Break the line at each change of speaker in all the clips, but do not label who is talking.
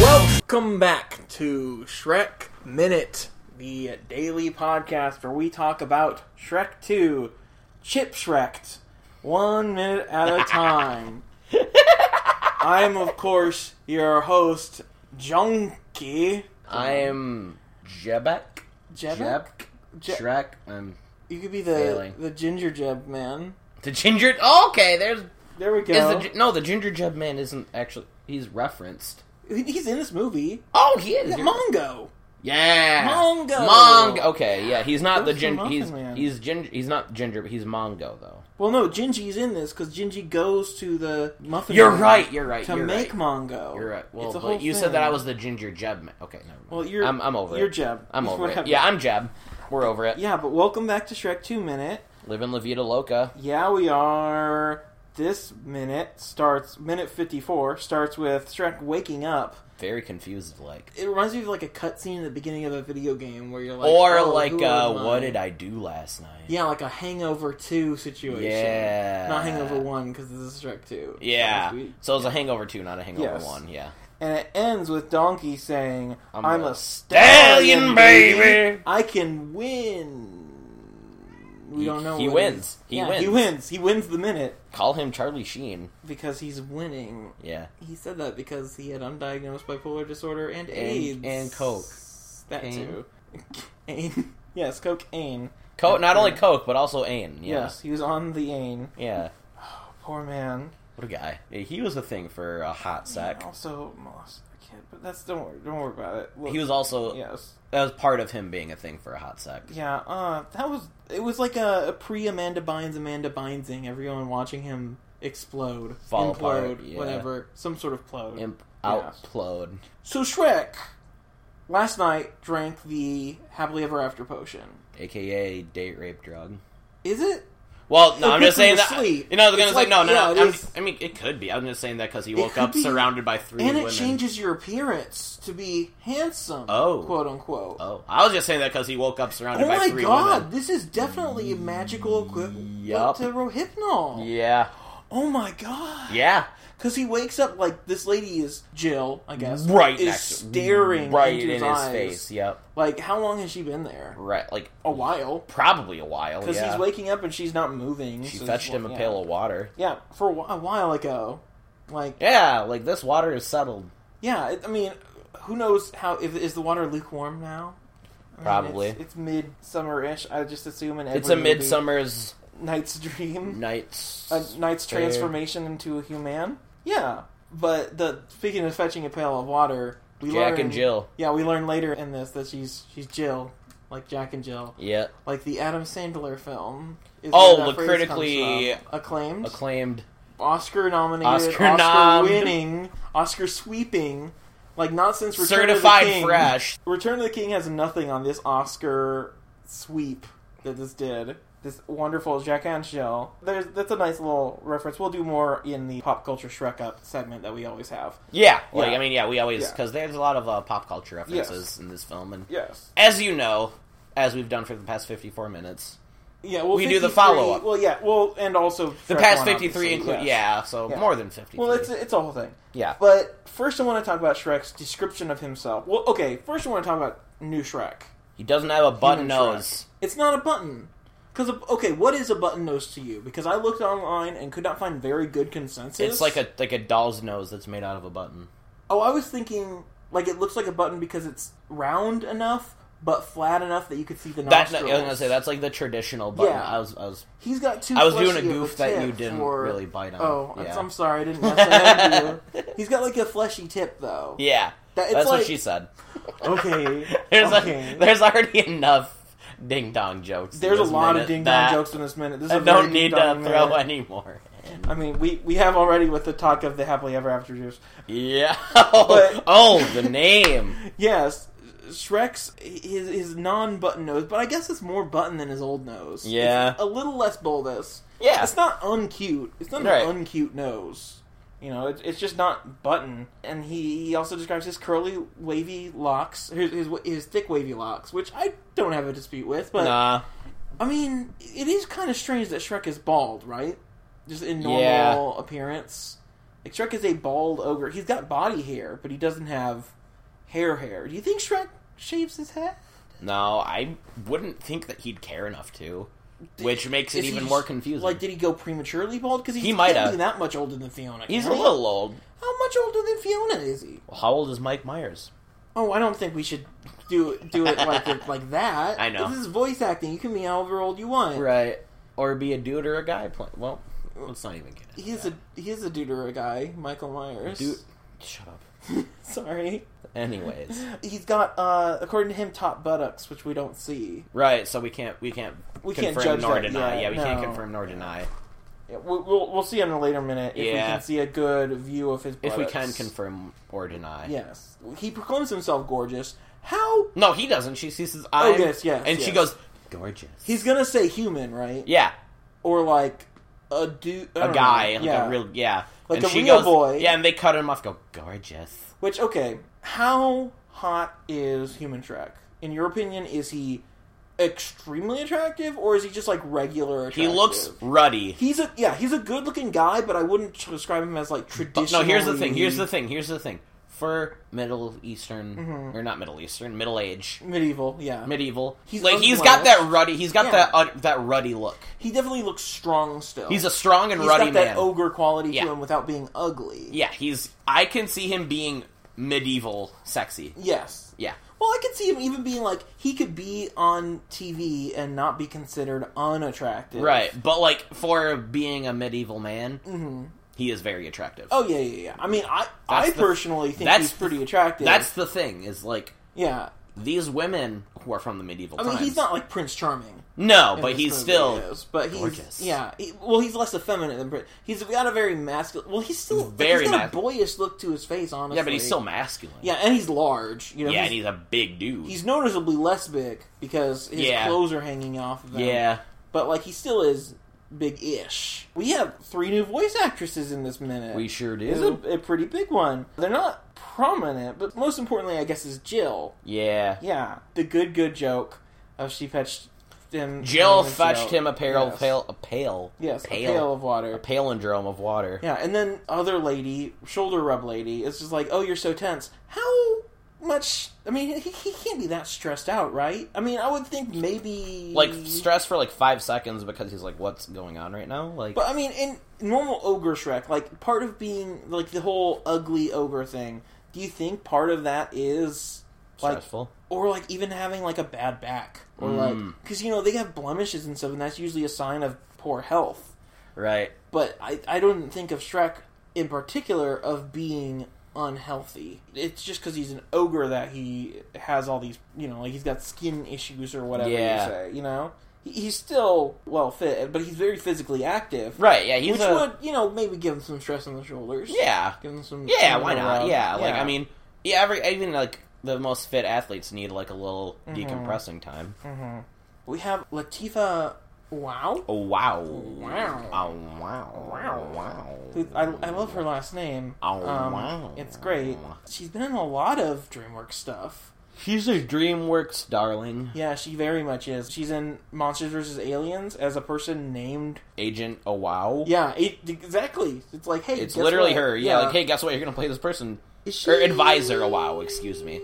Welcome back to Shrek Minute, the daily podcast where we talk about Shrek 2, Chip Shreked, one minute at a time. I'm, of course, your host, Junkie.
I am Jebek.
Jeb? Je-
Shrek. I'm
You could be the
Failing.
the Ginger Jeb man.
the ginger. Oh, okay, there's is
There we go.
the gi- no the ginger Jeb man isn't actually he's referenced.
He's in this movie.
Oh, he is.
He's
You're-
Mongo.
yeah,
Mongo.
Mongo. Okay, yeah, he's not the
Who's the
ginger.
Mongo
He's
man?
he's ginger. He's not ginger, but he's Mongo though.
Well, no, Gingy's in this because Gingy goes to the muffin.
You're
Man
right. You're right.
To
you're
make
right.
Mongo.
You're right. Well,
It's a
but
whole
you
thing.
said that I was the ginger Jeb man. Okay, never mind.
Well, you're.
I'm, I'm over
You're
it.
Jeb.
I'm
It's
over it.
whatever.
Yeah, I'm Jeb. We're over it.
Yeah, but welcome back to Shrek Two Minute.
Living La Vida Loca.
Yeah, we are. This minute starts. Minute fifty-four starts with Shrek waking up.
Very confused, like.
It reminds me of like a cutscene at the beginning of a video game where you're like,
or
oh,
like,
who
uh,
am I?
what did I do last night?
Yeah, like a Hangover Two situation.
Yeah.
Not Hangover One because this is Shrek Two.
Yeah.
Last week.
So it was a Hangover 2, not a Hangover
Yes.
1. Yeah.
and it ends with Donkey saying, "I'm,
I'm
a,
a
stallion,
stallion, baby.
baby. I can win." We don't know.
he
what it
wins.
is.
He
Yeah,
wins.
He wins. He wins the minute
Call him Charlie Sheen.
because he's winning.
Yeah.
He said that because he had undiagnosed bipolar disorder and
And-
AIDS
and coke.
That
Ain.
too. Ain. Yes, cocaine.
Coke, not only Coke, but also Ain. Yeah.
Yes, he was on the Ain.
Yeah.
Poor man.
What a guy. Yeah, He was a thing for a hot sec.
He Also molested a kid, but that's don't worry. Don't worry about it. Look,
He was also,
Yes.
that was part of him being a thing for a hot sec.
Yeah, uh, that was it was like a, a pre Amanda Bynes Amanda Bynesing. Everyone watching him explode,
Fall
implode,
apart, yeah.
whatever, some sort of plode.
Imp
Yeah.
outplode.
so Shrek last night drank the happily ever after potion.
AKA date rape drug.
Is it?
Well, no,
It
I'm
puts
just saying
him to
that.
sleep.
You know, I was
It's
gonna say
like-
no, no,
yeah, it
no. I'm,
is.
I mean, it could be. I'm just saying that because he
It
woke
could
up
be.
surrounded by three
and it
women.
changes your appearance to be handsome.
Oh.
quote unquote.
Oh, I was just saying that because he woke up surrounded
Oh
by
my
three
god,
women.
this is definitely a magical equivalent
Yup.
to Rohypnol.
Yeah,
Oh my god.
yeah.
Because he wakes up like this lady is Jill, I guess.
Right
is
next to-
staring
right
into
in
his,
his
eyes.
face. Yep.
Like, how long has she been there?
Right, like
A while.
probably a while.
Because
Yeah.
he's waking up and she's not moving.
she
so
fetched
it's-
him a
yeah.
pail of water.
Yeah, for a whi- a while ago. Like,
Yeah, like this water is settled.
yeah, it, I mean, who knows how if is the water lukewarm now? I mean,
Probably.
it's, it's midsummer-ish. I just assume in every
It's a
movie.
midsummer's
night's dream.
night's
a knight's
fair.
transformation into a human. Yeah, but the speaking of fetching a pail of water, we
Jack
learn,
and Jill.
Yeah, we learn later in this that she's she's Jill, like Jack and Jill,
Yeah,
like the Adam Sandler film. Is where
Oh,
that
the
phrase
critically-
comes from. acclaimed,
acclaimed.
Oscar nominated, Oscar,
Oscar nommed.
winning, Oscar sweeping. Like not since Return of the
Certified
King.
fresh.
Return of the King has nothing on this Oscar sweep that this did. This wonderful Jack and Jill. There's that's a nice little reference. We'll do more in the pop culture Shrek up segment that we always have.
Yeah, like
Yeah.
I mean, yeah, we always
Yeah.
because there's a lot of uh, pop culture references
Yes.
in this film, and
Yes.
as you know, as we've done for the past 54 minutes,
Yeah. Well,
We do the
53
follow-up.
Well, yeah. Well, and also
the
Shrek
past
one,
53
obviously,
include
yes.
yeah, so
Yeah.
more than 53.
Well, it's it's a whole thing.
yeah,
But first, I want to talk about Shrek's description of himself. Well, okay. First, I want to talk about new Shrek.
he doesn't have a button
Human Shrek.
nose.
It's not a button. Because okay, what is a button nose to you? Because I looked online and could not find very good consensus.
It's like a like a doll's nose that's made out of a button.
Oh, I was thinking like it looks like a button because it's round enough but flat enough that you could see the
That's
nostrils.
I was gonna say that's like the traditional button.
Yeah.
I was I was
He's got two.
I was doing a
fleshy of
goof that you
tip
didn't
for-
really bite on.
Oh,
yeah.
I'm sorry, I didn't mess that up. with you. He's got like a fleshy tip though.
yeah.
That- it's
that's
like-
what she said.
Okay.
There's
okay.
a, there's already enough ding dong jokes. in
There's a
this
lot of
minute
ding dong
that
jokes in this minute. This is
I
a very
don't need to
ding-dong
throw
minute.
any more. in.
I mean, we we have already with the talk of the happily ever after years.
Yeah.
But-
oh, the name.
Yes, Shrek's his his non button nose, but I guess it's more button than his old nose.
Yeah.
It's a little less bulbous.
Yeah.
it's not uncute. It's not
Right.
an uncute nose. You know, it, it's just not button. And he, he also describes his curly, wavy locks, his, his his thick wavy locks, which I don't have a dispute with. But
nah.
I mean, it is kind of strange that Shrek is bald, right? Just in normal
Yeah.
appearance. Like Shrek is a bald ogre. He's got body hair, but he doesn't have hair hair. Do you think Shrek shaves his head?
No, I wouldn't think that he'd care enough to, which makes it
Is
even
he-
more confusing.
Like, did he go prematurely bald? Because
He might have.
that much older than Fiona.
He's a
can he?
little old.
How much older than Fiona is he?
How old is Mike Myers?
Oh, I don't think we should do do it like it, like that.
I know.
this is voice acting. You can be however old you want.
Right, or be a dude or a guy? Play- well, let's not even get into
He's
that.
a he's a dude or a guy, Michael Myers.
dude. Shut up.
Sorry,
Anyways,
he's got uh, according to him, top buttocks, which we don't see.
right? So we can't we can't
We can't
confirm
judge
nor
that yet,
deny. yeah, we can't
no.
confirm nor deny.
Yeah, we'll, we'll we'll see in a later minute if we
Yeah.
can see a good view of his.
If
Buttocks.
we can confirm or deny.
yes, he proclaims himself gorgeous. How
No, he doesn't. She sees his eyes.
Oh, yes, yes,
And she
yes.
goes, gorgeous.
he's gonna say human, right?
yeah,
Or like a dude,
a guy, like a real, yeah.
Like
and
a
she
real
goes,
boy.
Yeah, and they cut him off. Go gorgeous.
Which okay, how hot is Human Shrek? In your opinion, is he extremely attractive or is he just like regular
He
attractive?
looks ruddy.
He's a yeah, he's a good-looking guy, but I wouldn't tr- describe him as like
But
traditional.
no, here's the thing. Here's the thing. Here's the thing. For Middle Eastern,
Mm-hmm.
or not Middle Eastern, Middle Age,
medieval, yeah.
medieval.
He's
like he's got
unblemished.
that ruddy. He's got
Yeah.
that uh, that ruddy look.
he definitely looks strong still.
He's a strong and
He's
ruddy
got that
man.
ogre quality
Yeah.
to him without being ugly.
yeah, he's. I can see him being medieval, sexy.
Yes.
Yeah,
Well, I could see him even being like he could be on TV and not be considered unattractive.
right. But like for being a medieval man,
hmm
he is very attractive.
Oh yeah, yeah, yeah. I mean, I
That's
I
the-
personally think
that's
he's
the-
pretty attractive.
That's the thing is like
yeah.
these women who are from the medieval
I mean,
times.
he's not like Prince Charming,
no,
in
but
this
he's
movie,
still
he is, but he's
gorgeous.
yeah. He, well, he's less effeminate than Prince. He's got a very masculine. Well, he's still
Very
he's got
mas-
a boyish look to his face, honestly.
yeah, but he's still masculine.
yeah, and he's large. You know,
yeah,
he's,
and he's a big dude.
he's noticeably less big because his
Yeah.
clothes are hanging off of him.
yeah,
but like he still is big-ish. We have three new voice actresses in this minute.
we sure
is
do.
a, a pretty big one. They're not prominent, but most importantly, I guess, is Jill.
Yeah,
Yeah, the good good joke of she fetched him.
Jill
his
fetched
out.
him a pail,
Yes.
pail, a pail,
Yes,
pail,
a pail of
a
water.
palindrome of water.
Yeah, and then other lady, shoulder rub lady, is just like, "Oh, you're so tense. How much? I mean, he, he can't be that stressed out, right? I mean, I would think maybe
Like stressed for like five seconds because he's like, "What's going on right now?" Like,
But I mean, in normal ogre Shrek, like part of being like the whole ugly ogre thing. Do you think part of that is like
stressful.
or like even having like a bad back or
Mm.
like because you know they have blemishes and stuff and that's usually a sign of poor health
Right.
but i i don't think of shrek in particular of being unhealthy it's just because he's an ogre that he has all these you know like he's got skin issues or whatever
Yeah.
you say you know He- he's still well fit but he's very physically active
Right. Yeah. He's
which
a.
would you know maybe give him some stress on the shoulders
yeah.
give him some
Yeah,
some
why not?
rub.
Yeah, like I mean, yeah, every even like the most fit athletes need like a little
Mm-hmm.
decompressing time.
we have latifa wow
Oh wow,
Wow.
oh wow, Oh,
Wow.
wow.
Who- I, I love her last name.
Oh,
Um,
wow.
It's great. She's been in a lot of DreamWorks stuff.
She's a DreamWorks darling,
Yeah, she very much is. She's in Monsters vs. Aliens as a person named.
Agent. Oh wow,
Yeah, it, exactly. It's like, hey,
it's
guess
literally
what?
her. Yeah, like hey, guess what? You're gonna play this person.
Is
or advisor, oh, wow, excuse me.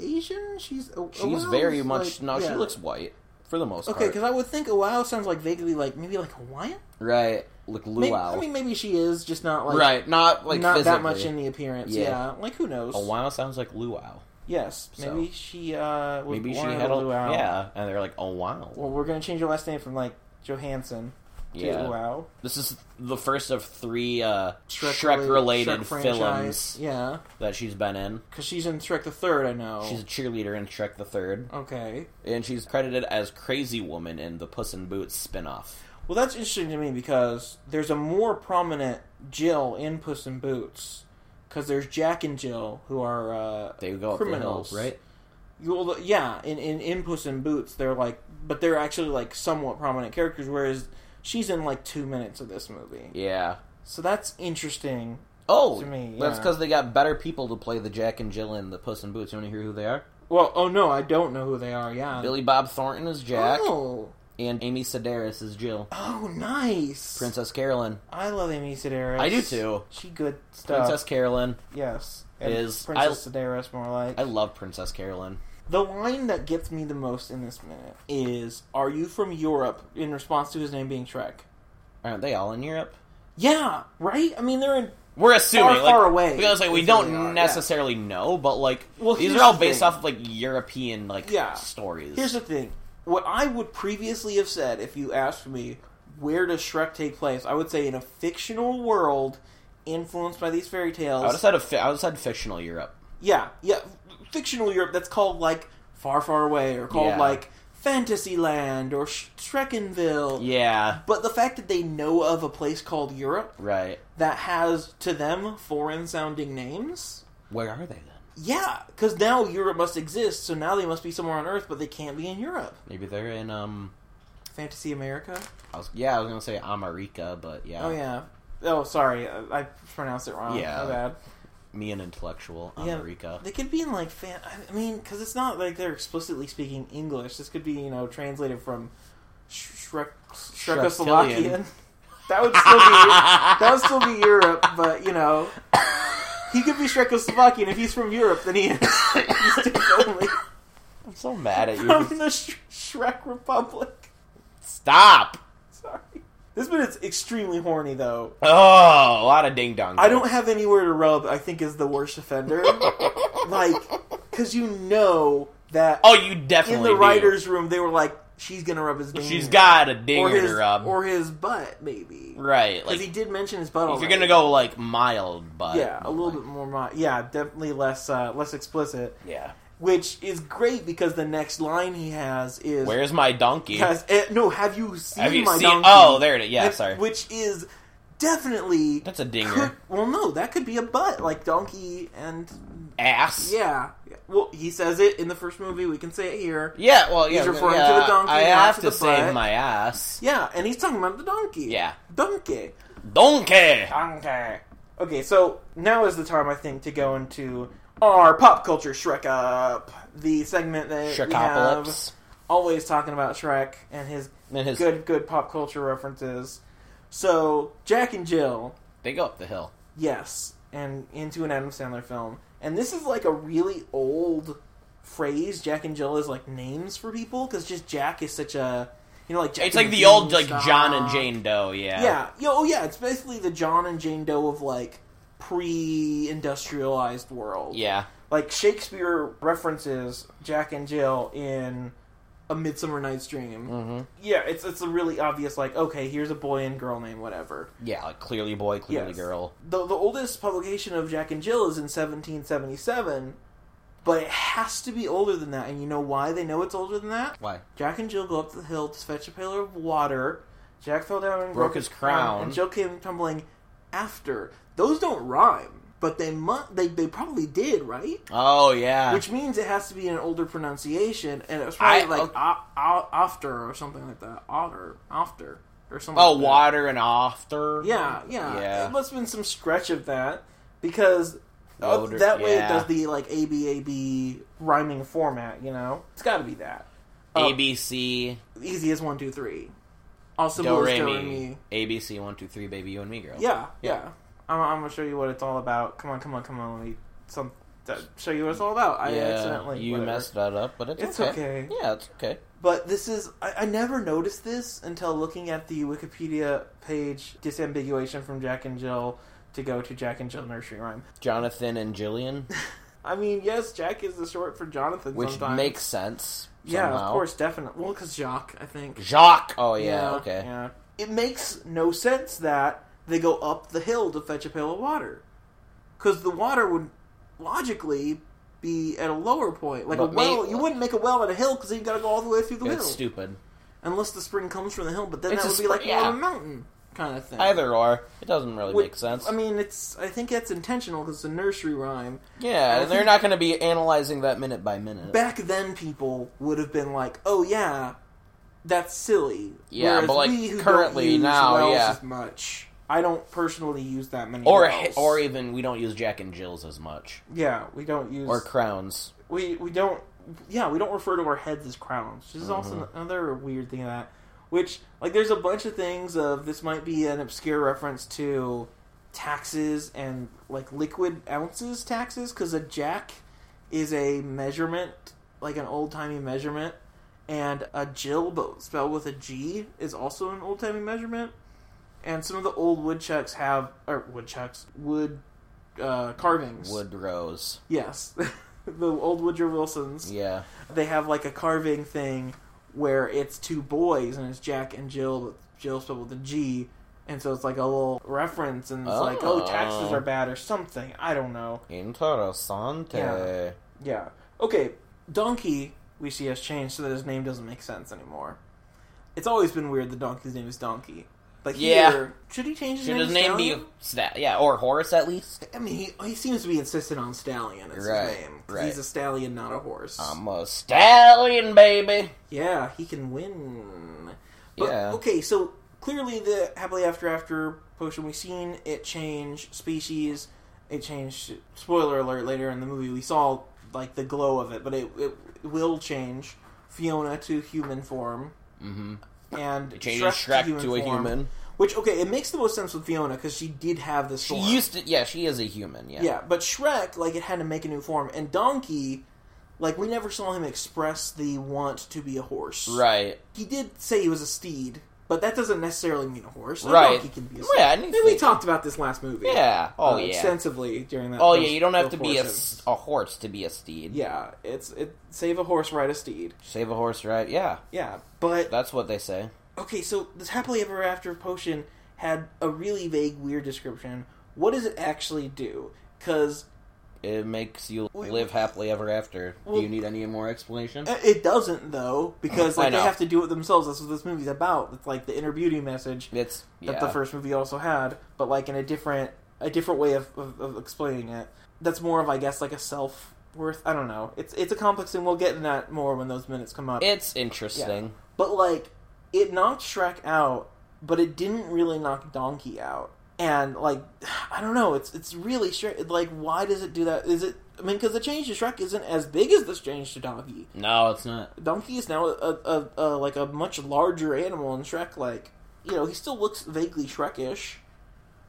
Asian? She's. Oh,
She's very much no.
not.
She looks white for the most
Okay, because
part.
I would think Oahu sounds like vaguely like maybe like Hawaiian.
Right, like
Maybe,
luau.
I mean, maybe she is, just not like
right, not like
not
physically.
that much in the appearance.
Yeah.
Yeah, like who knows?
Oh wow, sounds like luau.
Yes,
So-
maybe she uh, was
Maybe she
born
had
a
a
luau.
yeah, and they're like oh wow.
Well, we're gonna change your last name from like Johansson to
yeah,
Luau.
This is the first of three uh,
rela-
Shrek-related
Shrek
films
franchise. Yeah,
that she's been in.
because she's in Shrek the Third. I know.
She's a cheerleader in Shrek the Third,
okay.
and she's credited as Crazy Woman in the Puss in Boots spin-off.
Well, that's interesting to me because there's a more prominent Jill in Puss in Boots. Because there's Jack and Jill who are uh,
They go up
Criminals.
the hill, right?
you- well, yeah, in, in in Puss in Boots they're like, but they're actually like somewhat prominent characters. Whereas she's in like two minutes of this movie,
Yeah.
so that's interesting.
Oh,
To me, yeah.
that's because they got better people to play the Jack and Jill in the Puss in Boots. You want to hear who they are?
Well, oh no, I don't know who they are. Yeah,
Billy Bob Thornton is Jack,
Oh.
and Amy Sedaris is Jill.
Oh, nice.
Princess Carolyn.
I love Amy Sedaris.
I do too.
She good stuff.
Princess Carolyn.
Yes. And
Is-
Princess Sedaris more like?
I love Princess Carolyn.
the line that gets me the most in this minute is, "Are you from Europe?" In response to his name being Shrek.
Aren't they all in Europe?
Yeah, right. I mean, they're in.
We're assuming
Far,
like,
far away
because like we
is where
don't
they are, yeah.
necessarily know, but like
Well,
these
here's
are all
the
based
thing.
off of like European like
Yeah.
stories.
Here's the thing: what I would previously have said if you asked me where does Shrek take place, I would say in a fictional world influenced by these fairy tales.
I would have said a fi- I would have said fictional Europe.
Yeah, yeah. Fictional Europe that's called like Far Far Away or called
Yeah.
like Fantasyland or Sh- Shrekenville.
Yeah,
But the fact that they know of a place called Europe
right.
that has to them foreign sounding names.
Where are they then?
Yeah, because now Europe must exist, so now they must be somewhere on Earth, but they can't be in Europe.
Maybe they're in um.
Fantasy America?
I was, yeah, I was gonna say America, but yeah,
Oh, yeah. Oh, sorry, I I pronounced it wrong.
Yeah.
My bad.
me an intellectual
Yeah.
America.
They could be in like fan. I mean, because it's not like they're explicitly speaking English. This could be you know translated from Sh- Shrek Shrekoslovakian.
Shrektillion.
That would still be that would still be Europe, but you know he could be Shrekoslovakian if he's from Europe. Then he is he's only
I'm so mad at
from
you.
the Sh- Shrek Republic.
Stop!
Sorry, this bit is extremely horny though.
Oh, a lot of ding dong.
I don't have anywhere to rub. I think is the worst offender, like because you know that
Oh, you definitely
in the
do.
writers' room, they were like, "She's gonna rub his." Dinger.
She's got a
or
dinger
his
to rub.
or his butt, maybe. Because
right, like
he did mention his butt.
if you're
already.
gonna go like mild, but
yeah, a
but,
little
like,
bit more. Mo- yeah, definitely less uh, less explicit,
Yeah.
which is great because the next line he has is,
Where's my donkey?
has, eh, no, have you seen
Have you
my
seen?
donkey?
Oh, there it is. Yeah,
And-
sorry.
Which is definitely
That's a dinger.
could- well, no, that could be a butt, like donkey and
Ass.
yeah. Well, he says it in the first movie. We can say it here.
Yeah. Well, yeah.
He's referring
yeah,
to the donkey,
I
not
have
to the
to,
butt.
save my ass.
Yeah, and he's talking about the donkey.
Yeah.
donkey.
Donkey.
Okay. Okay, so now is the time I think to go into our pop culture Shrek up, the segment that we have
Shrekopolis.
always talking about Shrek and his
And his
good good pop culture references. So Jack and Jill,
they go up the hill.
yes, and into an Adam Sandler film, and this is like a really old phrase. Jack and Jill is like names for people because just Jack is such a you know like Jack
It's
and
like the old like
Beanstalk.
John and Jane Doe. Yeah.
Yeah. Yo, oh yeah, it's basically the John and Jane Doe of like pre-industrialized world.
Yeah.
Like Shakespeare references Jack and Jill in A Midsummer Night's Dream.
Mm-hmm.
Yeah, it's it's a really obvious like okay, here's a boy and girl name whatever.
Yeah. Like clearly boy, clearly
Yes.
girl.
The the oldest publication of Jack and Jill is in 1777, but it has to be older than that. And you know why they know it's older than that?
Why?
Jack and Jill go up the hill to fetch a pail of water. Jack fell down and
Broke his crown.
and Jill came tumbling after. Those don't rhyme, but they mu- they they probably did, right?
Oh yeah.
Which means it has to be an older pronunciation, and it was probably
I-
like
okay.
o- o- after or something like that. Otter, after or something.
oh,
like that.
water and after.
Yeah, yeah,
Yeah.
It must have been some stretch of that because uh,
Older-
that way it
yeah.
does the like ABAB rhyming format. You know, it's got to be that.
A B C.
easy as one, two, three. Also,
Do
Blues,
Re
Do, Re,
Mi.
Mi.
A B C. One two three. Baby, you and me, girl.
Yeah, yeah.
Yeah.
I'm, I'm gonna show you what it's all about. Come on, come on, come on. Let me some that- show you what it's all about. I
Yeah,
accidentally
you
whatever.
messed that up, but it's,
It's okay.
Yeah, it's okay.
But this is I, I never noticed this until looking at the Wikipedia page disambiguation from Jack and Jill to go to Jack and Jill nursery rhyme.
Jonathan and Jillian,
I mean, yes, Jack is the short for Jonathan.
which
sometimes.
makes sense.
yeah,
somehow.
of course, definitely. Well, because Jacques, I think.
Jacques. Oh yeah, okay.
Yeah. It makes no sense that they go up the hill to fetch a pail of water. Because the water would logically be at a lower point. Like a
But
well,
may-
you wouldn't make a well at a hill because you've got to go all the way through the hill.
It's stupid.
Unless the spring comes from the hill, but then
It's
that
a
would be
spr-
like well,
yeah.
a mountain kind of thing.
Either or, it doesn't really
Would-
make sense.
I mean, it's. I think that's intentional because it's a nursery rhyme. I
yeah, they're
think-
not going to be analyzing that minute by minute.
Back then, people would have been like, "Oh yeah, that's silly."
Yeah,
Whereas
but, like,
we who don't
currently
use
now,
wells
yeah.
as much. I don't personally use that many.
or
wells.
or even we don't use Jack and Jills as much,
yeah, we don't use
or crowns.
we we don't yeah we don't refer to our heads as crowns which is also another weird thing of that which like there's a bunch of things of this might be an obscure reference to taxes and like liquid ounces taxes because a jack is a measurement, like an old timey measurement, and a jill, but spelled with a G, is also an old timey measurement. And some of the old woodchucks have, or woodchucks, wood uh, carvings.
Wood rose.
Yes. the old Woodrow Wilsons.
Yeah.
They have like a carving thing where it's two boys and it's Jack and Jill, but Jill spelled with a G. And so it's like a little reference and it's like, oh, taxes
Oh.
are bad or something. I don't know.
Interessante.
Yeah. Yeah. Okay, Donkey we see has changed so that his name doesn't make sense anymore. It's always been weird that Donkey's name is Donkey. But
Yeah.
here, should he change his
Should
name?
his
to
name be
Stallion?
Sta- yeah, or Horus at least?
I mean, he, he seems to be insistent on stallion as
Right,
his name. 'cause
right. Um,
He's a stallion, not a horse.
I'm a stallion, baby.
Yeah, he can win. But,
Yeah.
Okay, so clearly the happily after after potion we seen it change species. It changed. Spoiler alert! Later in the movie, we saw like the glow of it, but it it, will change Fiona to human form. Mm-hmm. And
It changes Shrek, to, a
form,
human.
Which okay, it makes the most sense with Fiona because she did have this.
She
form.
used to. Yeah, she is a human. Yeah.
Yeah, but Shrek, like, it had to make a new form. And Donkey, like, we never saw him express the want to be a horse.
Right.
He did say he was a steed, but that doesn't necessarily mean a horse. A
Right.
donkey can be a
Yeah,
steed.
I
and
need
we
to-
talked about this last movie.
Yeah. Oh
uh,
yeah.
Extensively during that.
Oh yeah.
those-
You don't have
those
to be a,
horses.
s- a horse to be a steed.
Yeah, it's it. Save a horse, ride a steed.
Save a horse, right? Yeah.
Yeah, but
That's what they say.
okay. So this happily ever after potion had a really vague, weird description. What does it actually do? Because
It makes you
Wait,
live happily ever after.
Well-
Do you need any more explanation?
Uh, It doesn't though, because
I
like they
know.
have to do it themselves. That's what this movie's about. It's like the inner beauty message
It's yeah.
that the first movie also had, but like in a different a different way of, of, of explaining it. That's more of I guess like a self worth. I don't know. It's it's a complex thing. We'll get in that more when those minutes come up.
It's interesting.
but like it knocked Shrek out, but it didn't really knock Donkey out. And like I don't know. It's it's really Shrek. Like why does it do that? Is it? I mean, because the change to Shrek isn't as big as this change to Donkey.
No, it's not.
Donkey is now a, a, a like a much larger animal in Shrek. Like, you know, he still looks vaguely Shrekish.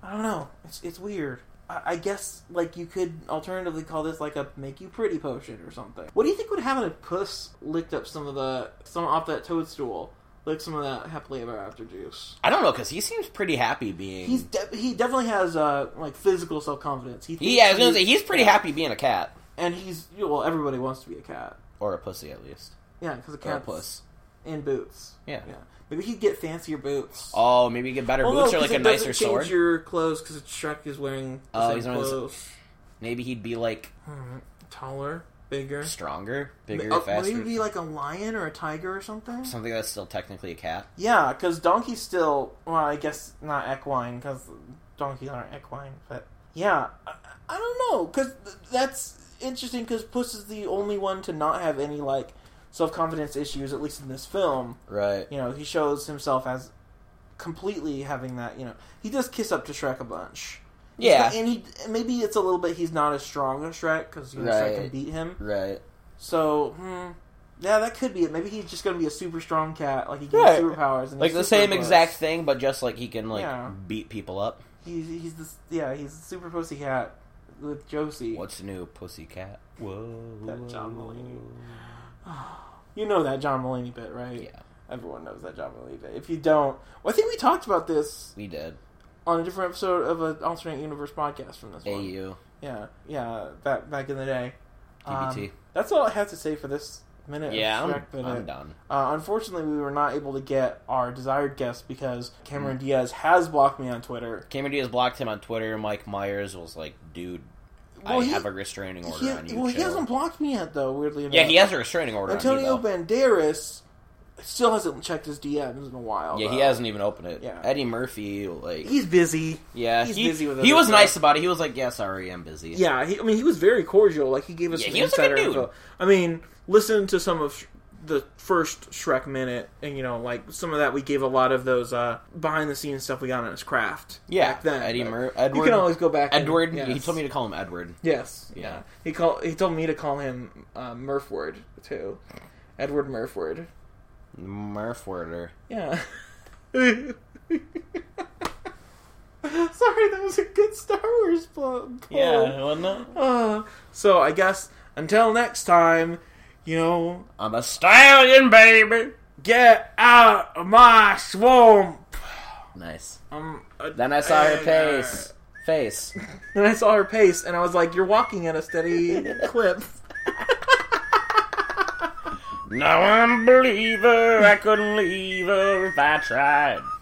I don't know. It's it's weird. I, I guess like you could alternatively call this like a make you pretty potion or something. What do you think would happen if Puss licked up some of the some off that toadstool, licked some of that happily ever after juice?
I don't know because he seems pretty happy being.
He's de- he definitely has uh like physical self confidence. He
yeah, I
thinks
was gonna
he-
say he's pretty happy being a cat
and he's well everybody wants to be a cat.
or a pussy at least.
Yeah, because a
Or a
cat's
puss.
in boots.
Yeah.
Yeah, maybe he'd get fancier boots.
Oh, maybe get better
Well, no,
boots or
'cause
like a
it doesn't
nicer
change
sword.
your clothes because Shrek is wearing the
Oh,
same
he's wearing the-
clothes.
Maybe he'd be like
Hmm, Taller, bigger,
stronger, bigger,
Uh,
faster.
Maybe be like a lion or a tiger or something.
Something that's still technically a cat.
Yeah, because donkey's still well, I guess not equine because donkeys aren't equine. But yeah, I, I don't know because th- that's interesting because Puss is the only one to not have any like self confidence issues at least in this film.
Right.
You know, he shows himself as completely having that. You know, he does kiss up to Shrek a bunch. He's
Yeah.
not- and he maybe it's a little bit he's not as strong as Shrek because you know, Shrek can
Right.
beat him.
Right.
So, hmm, yeah, that could be it. Maybe he's just going to be a super strong cat, like he gets
Right.
superpowers. And
Like the
he's
same
super puss.
exact thing, but just like he can like
Yeah.
beat people up.
He's he's this yeah he's a super pussy cat with Josie.
What's new, pussy cat? Whoa.
That John
whoa,
Mulaney.
whoa.
You know that John Mulaney bit, right?
Yeah,
Everyone knows that John Mulaney bit. If you don't, well, I think we talked about this
we did.
on a different episode of an alternate universe podcast from this one.
AU,
Yeah, yeah, back back in the day. Um,
TBT.
that's all I have to say for this minute. of
yeah, I'm,
Shrek minute.
I'm done.
Uh, unfortunately, we were not able to get our desired guest because Cameron
Mm.
Diaz has blocked me on Twitter.
Cameron Diaz blocked him on Twitter. Mike Myers was like, dude,
Well,
I
he-
have a restraining order
He-
on you.
well, he
chill."
hasn't blocked me yet, though. Weirdly enough,
yeah, he has a restraining order
Antonio
on you,
Banderas still hasn't checked his DMs in a while.
though. Yeah, he
though.
hasn't even opened it.
Yeah.
Eddie Murphy, like,
He's busy.
yeah,
he's
he,
busy with
he
other
was
stuff.
nice about it. He was like, yeah, sorry, I'm busy.
Yeah, he, I mean, he was very cordial. Like he gave us
Yeah,
some
he was a good
insider
dude.
info. I mean, listen to some of Sh- the first Shrek minute, and you know, like some of that we gave a lot of those uh, behind the scenes stuff we got on his craft.
Yeah,
back then
Eddie
But
Mur-
You
Edward.
can always go back. and-
Edward.
yes.
He told me to call him Edward.
Yes. Yeah.
Yeah.
He call he told me to call him uh, Murfward too, Edward Murfward.
Murfwerder.
Yeah. Sorry, that was a good Star Wars pull.
Yeah, well, no.
Uh, so I guess until next time, you know,
I'm a stallion, baby.
get out of my swamp.
Nice.
Um, uh,
Then I saw her face. Face.
Then I saw her pace, and I was like, "You're walking at a steady clip."
Now I'm a believer. I couldn't leave her if I tried.